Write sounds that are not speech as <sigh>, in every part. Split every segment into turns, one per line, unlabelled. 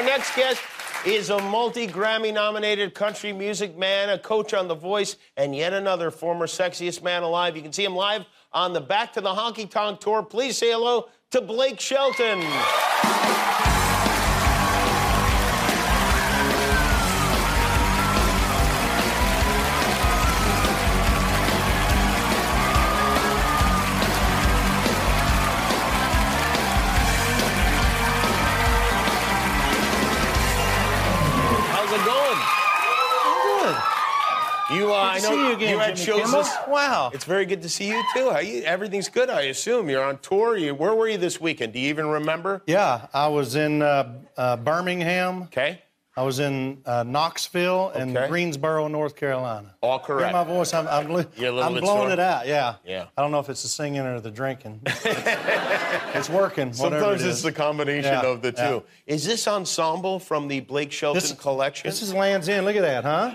next guest is a multi Grammy nominated country music man, a coach on The Voice, and yet another former sexiest man alive. You can see him live on the Back to the Honky Tonk Tour. Please say hello to Blake Shelton. How's it going?
Good.
You, uh, I
to
know
see you again,
you had
Jimmy
shows.
Kimmel.
this-
Wow.
it's very good to see you too. How you, everything's good, I assume. You're on tour. You, where were you this weekend? Do you even remember?
Yeah, I was in uh, uh, Birmingham.
Okay,
I was in uh, Knoxville and
Okay.
Greensboro, North Carolina.
all
Hear
correct.
my voice? I'm, I'm, lo-
You're a little
I'm
bit
blowing
sore.
it out. Yeah.
Yeah.
I don't know if it's the singing or
<laughs>
the drinking. it's working. whatever
Sometimes
it
it's
is.
the combination
Yeah,
of the two.
yeah.
Is this ensemble from the Blake Shelton
This-
collection?
This is Land's End. Look at that, huh?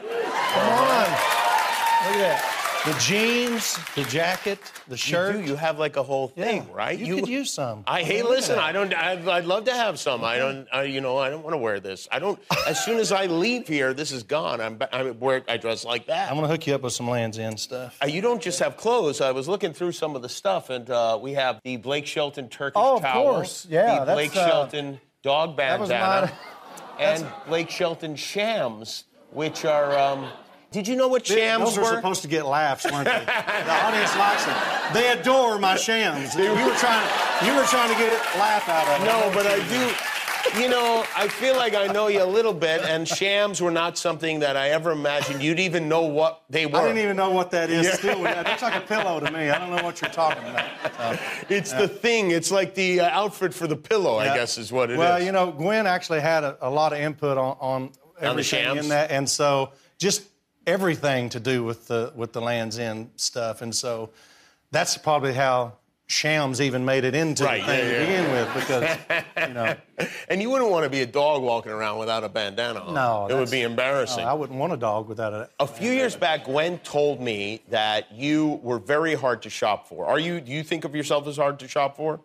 Come on. Look at that. The jeans, the jacket, the
you,
shirt.
do, you have like a whole
Yeah.
thing, right?
You could use some.
I hey,
Look at
listen,
that.
I don't. I'd, I'd love to have some. I don't. I, you know, I don't want to wear this. I don't. as soon as I leave here, this is gone. I'm. ba- I'm where I dress like that.
I'm going to hook you up with some Land's End stuff.
Uh, you don't just have clothes. I was looking through some of the stuff, and uh, we have the Blake Shelton Turkish
Oh, of
towel.
course. Yeah,
The
that's,
Blake
uh,
Shelton dog
was
bandana. <laughs>
my-
and Blake Shelton shams, which are. Um, did you know what shams
Those
were?
were supposed to get laughs,
<laughs>
weren't they? the audience likes them. They adore my shams. You were trying, you were trying to get a laugh out of them.
No, but I do. You know, I feel like I know you a little bit, and shams were not something that I ever imagined you'd even know what they were.
I didn't even know what that is. Still, that's like a pillow to me. I don't know what you're talking about. So,
It's the thing. It's like the uh, outfit for the pillow, I
yeah.
guess, is what it is.
well, you know, Gwen actually had a, a lot of input on, on everything
shams?
in that, and so just everything to do with the with the Lands End stuff, and so that's probably how shams even made it into
Right, yeah,
the thing
yeah.
to begin with, because you know.
And you wouldn't want to be a dog walking around without a bandana on.
No,
it would
that's-
be embarrassing.
No, I wouldn't want a dog without a.
a few years back, Gwen told me that you were very hard to shop for. Are you? Do you think of yourself as hard to shop for?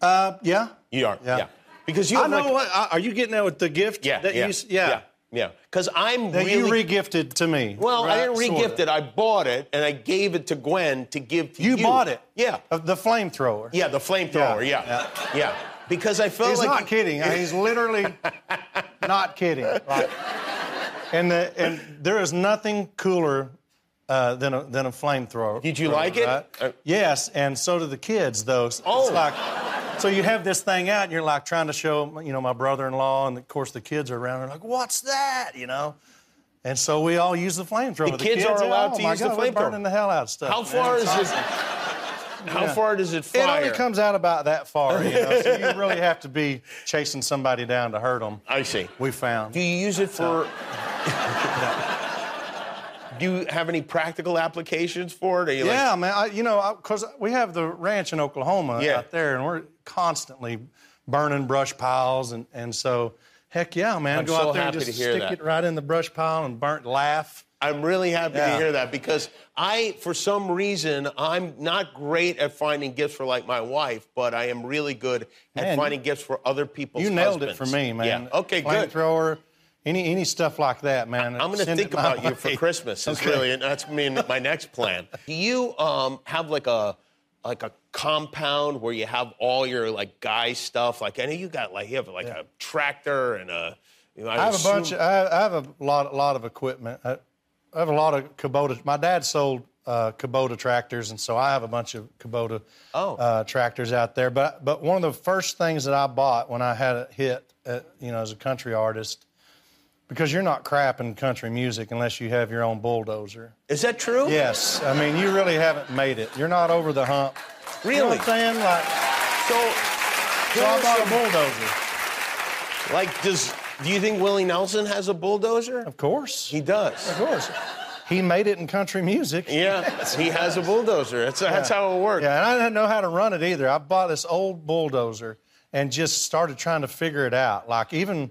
Uh, yeah.
You are. Yeah.
Yeah.
Because you.
I
have,
know
like-
what. I- Are you getting that with the gift?
Yeah,
That
yeah,
you, s- yeah.
Yeah. Because I'm
That
really.
you regifted to me.
well, I
right?
didn't regift
Sorta.
it. I bought it and I gave it to Gwen to give to you.
You bought it.
Yeah.
Of The flamethrower.
Yeah. The flamethrower. Yeah. Yeah. Because I felt
He's
like
not kidding.
<laughs>
He's literally not kidding. Like, and the, and there is nothing cooler uh, than a than a flamethrower.
Did you like it? Uh,
yes, and so do the kids though. It's
Oh.
like, so you have this thing out, and you're like trying to show you know my brother-in-law, and of course the kids are around. They're like, "What's that?" You know. And so we all use the flamethrower.
The kids are allowed to
"Oh, my
use the
God, we're
flamethrower.
Burning the hell out of stuff.
How
man.
far
It's
is it?
awesome.
How
Yeah.
far does it
It
fire?
only comes out about that far, you know. so
<laughs>
you really have to be chasing somebody down to hurt them.
I see.
We found.
Do you use it for? <laughs> Do you have any practical applications for it? Are you like-
yeah, man. I, you know, because we have the ranch in Oklahoma
Yeah.
out there, and we're constantly burning brush piles, and, and so heck yeah, man.
I'm
Go
so
out there
happy
and just
to hear
stick
that.
it right in the brush pile and burnt laugh.
I'm really happy to
Yeah.
hear that because I, for some reason, I'm not great at finding gifts for like my wife, but I am really good at
Man,
finding gifts for other people's
You nailed it for
husbands.
me, man.
Yeah. Okay, good.
Flamethrower, any any stuff like that, man.
I'm going to
Send it
think
my
about you for
way.
Christmas. That's
Okay.
really that's me and my next
<laughs>
plan. Do you um, have like a like a compound where you have all your like guy stuff? Like I know you got like you have like a tractor and a. You know,
I have a bunch. Of, I, I have a lot, lot of equipment. I, I have a lot of Kubota. My dad sold uh, Kubota tractors, and so I have a bunch of Kubota
Oh.
uh, tractors out there. But but one of the first things that I bought when I had a hit, at, you know, as a country artist, because you're not crap in country music unless you have your own bulldozer.
Is that true?
Yes, I mean you really haven't made it. You're not over the hump. You know
Really?
what I'm saying? Like,
So,
so I bought a bulldozer.
like, does do you think Willie Nelson has a bulldozer?
Of course.
He does.
Of course. He made it in country music.
Yeah, he has a bulldozer. That's, that's how it works.
Yeah, and I didn't know how to run it either. I bought this old bulldozer and just started trying to figure it out. Like even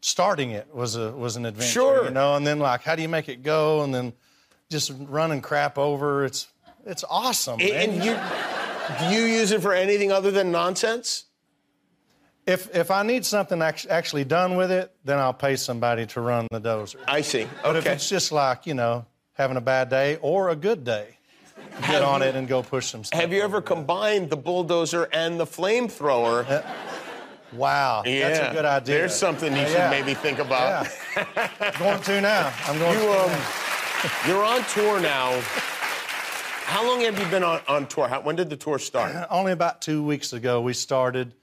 starting it was a was an adventure.
Sure.
You know, and then like how do you make it go? And then just running crap over. It's it's awesome.
A-
man.
And you, do you use it for anything other than nonsense?
If if I need something act- actually done with it, then I'll pay somebody to run the dozer.
I see.
But if
Okay.
it's just like you know having a bad day or a good day, get on it and go push some stuff.
Have you ever combined the bulldozer and the flamethrower?
<laughs> Wow, that's a good idea.
There's something you
Yeah,
should
yeah.
maybe think about.
Yeah. going to now. I'm going
You,
to.
um,
now.
You're on tour now. How long have you been on, on tour? How, when did the tour
<clears throat>
start?
Only about two weeks ago we started,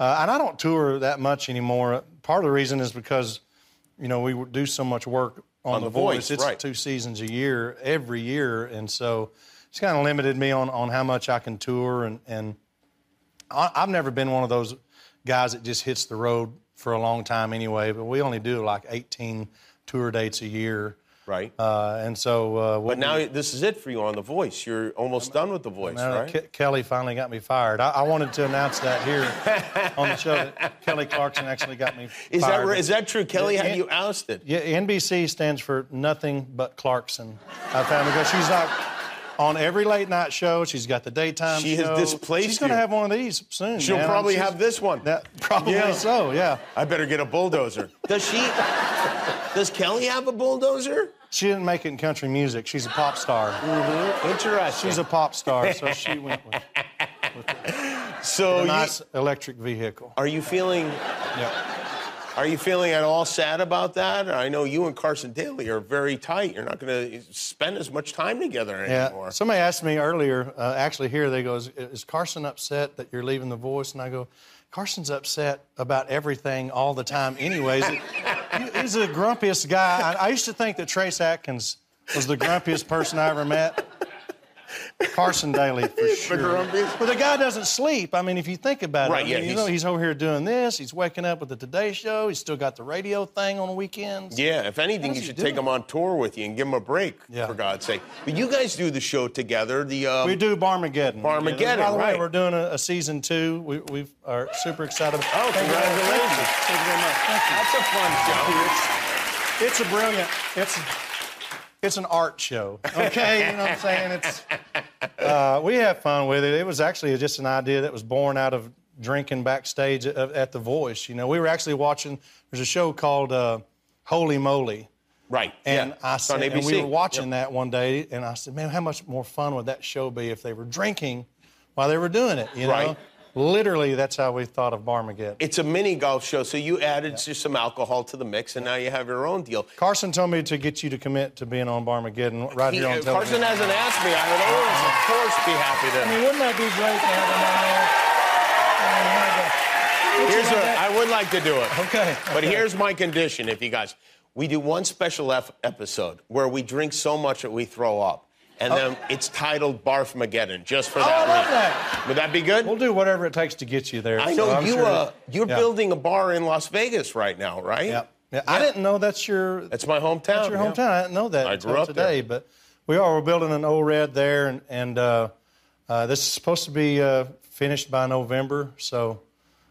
uh, and I don't tour that much anymore. Part of the reason is because, you know, we do so much work on,
On The Voice,
It's
right.
two seasons a year, every year, and so it's kind of limited me on on how much I can tour, and and I, I've never been one of those guys that just hits the road for a long time anyway. But we only do like 18 tour dates a year,
Right.
uh, and so. Uh, we'll
but now this is it for you on The Voice. You're almost done with The Voice,
I don't know,
right?
Ke- Kelly finally got me fired. I, I wanted to announce that here on the show
<laughs>
that Kelly Clarkson actually got me
is that
fired.
re- is that true, Kelly?
Yeah,
have
yeah.
you ousted?
Yeah, NBC stands for nothing but Clarkson. I found because she's not on every late night show. She's got the daytime.
She has
show.
displaced
She's going to
you.
have one of these soon.
She'll
man.
probably
She's-
have this one.
That, probably
Yeah.
so. Yeah.
I better get a bulldozer. Does she? <laughs> does Kelly have a bulldozer?
She didn't make it in country music. She's a pop star.
Interesting.
She's a pop
<laughs>
star, so she went with
so
a
Oh, you-
nice electric vehicle.
are you feeling?
Yeah.
Are you feeling at all sad about that? I know you and Carson Daly are very tight. You're not going to spend as much time together anymore.
Somebody asked me earlier, uh, actually here, they goes, is Carson upset that you're leaving The Voice? And I go, Carson's upset about everything all the time anyways. <laughs> It- he- he's the grumpiest guy. I, I used to think that Trace Atkins was the grumpiest person I ever met. Carson Daly, for sure.
grumpiest.
But the guy doesn't sleep. I mean, if you think about
Right,
it, I
yeah,
mean, you
he's-
know, he's over here doing this. He's waking up with the Today Show. He's still got the radio thing on the weekends.
Yeah, if anything, you
he
should
do
take
it?
him on tour with you and give him a break,
Yeah.
for God's sake. But you guys do the show together. The um,
We do Barmageddon.
Barmageddon,
Yeah, by the
right.
way, we're doing a, a season two. We we are super excited. about
Oh,
Thank you.
congratulations.
Thank you very much. Thank
That's a fun
you. It's a brilliant. It's it's an art show. Okay, you know what I'm saying? It's uh, we have fun with it. It was actually just an idea that was born out of drinking backstage at, at The Voice. You know, we were actually watching. There's a show called uh, Holy Moly.
right?
And
yeah.
I
It's on
said,
ABC.
and we were watching that one day, and I said, man, how much more fun would that show be if they were drinking while they were doing it? You know,
Right.
literally, that's how we thought of Barmageddon.
It's a mini golf show, so you added just some alcohol to the mix, and now you have your own deal.
Carson told me to get you to commit to being on Barmageddon right
He-
here on
if Carson
television.
hasn't asked me. I would always, of course, be happy to.
wouldn't that be great to have him on there?
Here's what I would like to do it.
Okay.
But
okay.
here's my condition, if you guys, we do one special ep- episode where we drink so much that we throw up, and then it's titled Barf Mageddon, just for that.
Oh. I love
week.
that.
Would that be good?
We'll do whatever it takes to get you there.
I
so
know
I'm
you.
sure-
uh, you're
Yeah.
building a bar in Las Vegas right now, right?
Yeah. yeah. I didn't know that's your
That's my hometown. That's
your hometown. I didn't know that
I
until
grew up
today,
there.
but we are. We're building an old red there, and, and uh, uh, this is supposed to be uh, finished by November. So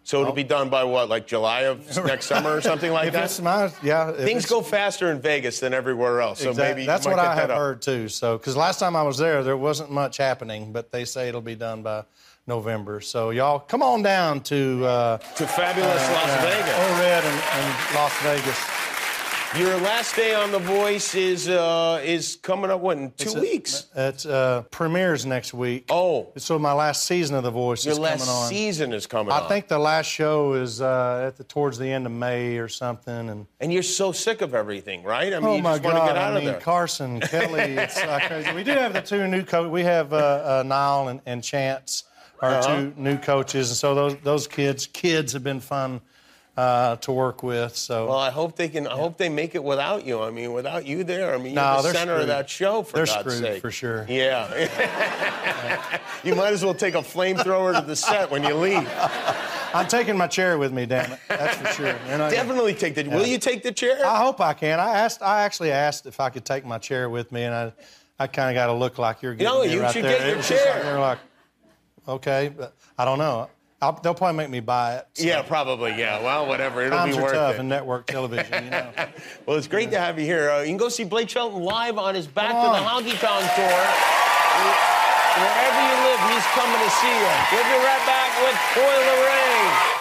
So it'll be done by what, like July of
<laughs>
next summer or something like
if
that.
it's my yeah, if
Things
it's-
go faster in Vegas than everywhere else. So
exact-
maybe you
that's
might
what
get
I
that
have
up.
heard too. So because last time I was there, there wasn't much happening, but they say it'll be done by November. So y'all, come on down to uh,
To fabulous Las
uh,
Vegas.
Old Red and, and Las Vegas.
Your last day on The Voice is uh, is coming up what in two
It's a-
weeks.
It uh, premieres next week.
Oh.
so my last season of The Voice
Your
is
last
coming on.
season is coming.
I
on.
think the last show is uh, at the towards the end of May or something. And
and you're so sick of everything, right? I mean,
oh
you
my
just want to
God,
get out
I
of
mean
there.
<laughs> Carson, Kelly, it's uh, crazy. We do have the two new coaches. We have uh, uh, Nile and, and Chance are
Uh-huh.
two new coaches, and so those those kids kids have been fun uh, to work with. So.
well, I hope they can. I hope they make it without you. I mean, without you there, I mean, you're
No,
the
they're
center of
screwed.
that show. For
They're
God's
screwed,
sake,
for sure.
Yeah. <laughs> you might as well take a flamethrower to the set when you
<laughs>
leave.
I'm taking my chair with me, damn it. That's for sure. They're not gonna-
Definitely take the. Will you take the chair?
I hope I can. I asked. I actually asked if I could take my chair with me, and I, I kind of got to look like you're getting
No,
me
you
right
should
there.
get your
It was just like
chair.
they're like, okay, but I don't know. I'll, they'll probably make me buy it. So
yeah, probably. Yeah. Well, whatever. It'll
Times
be
are
worth
tough
it.
in network television. You know.
Well, it's great to have you here. Uh, you can go see Blake Shelton live on his Back
Come
to the Honky Tonk tour. Wherever you live, he's coming to see you. We'll be right back with Coil Ray.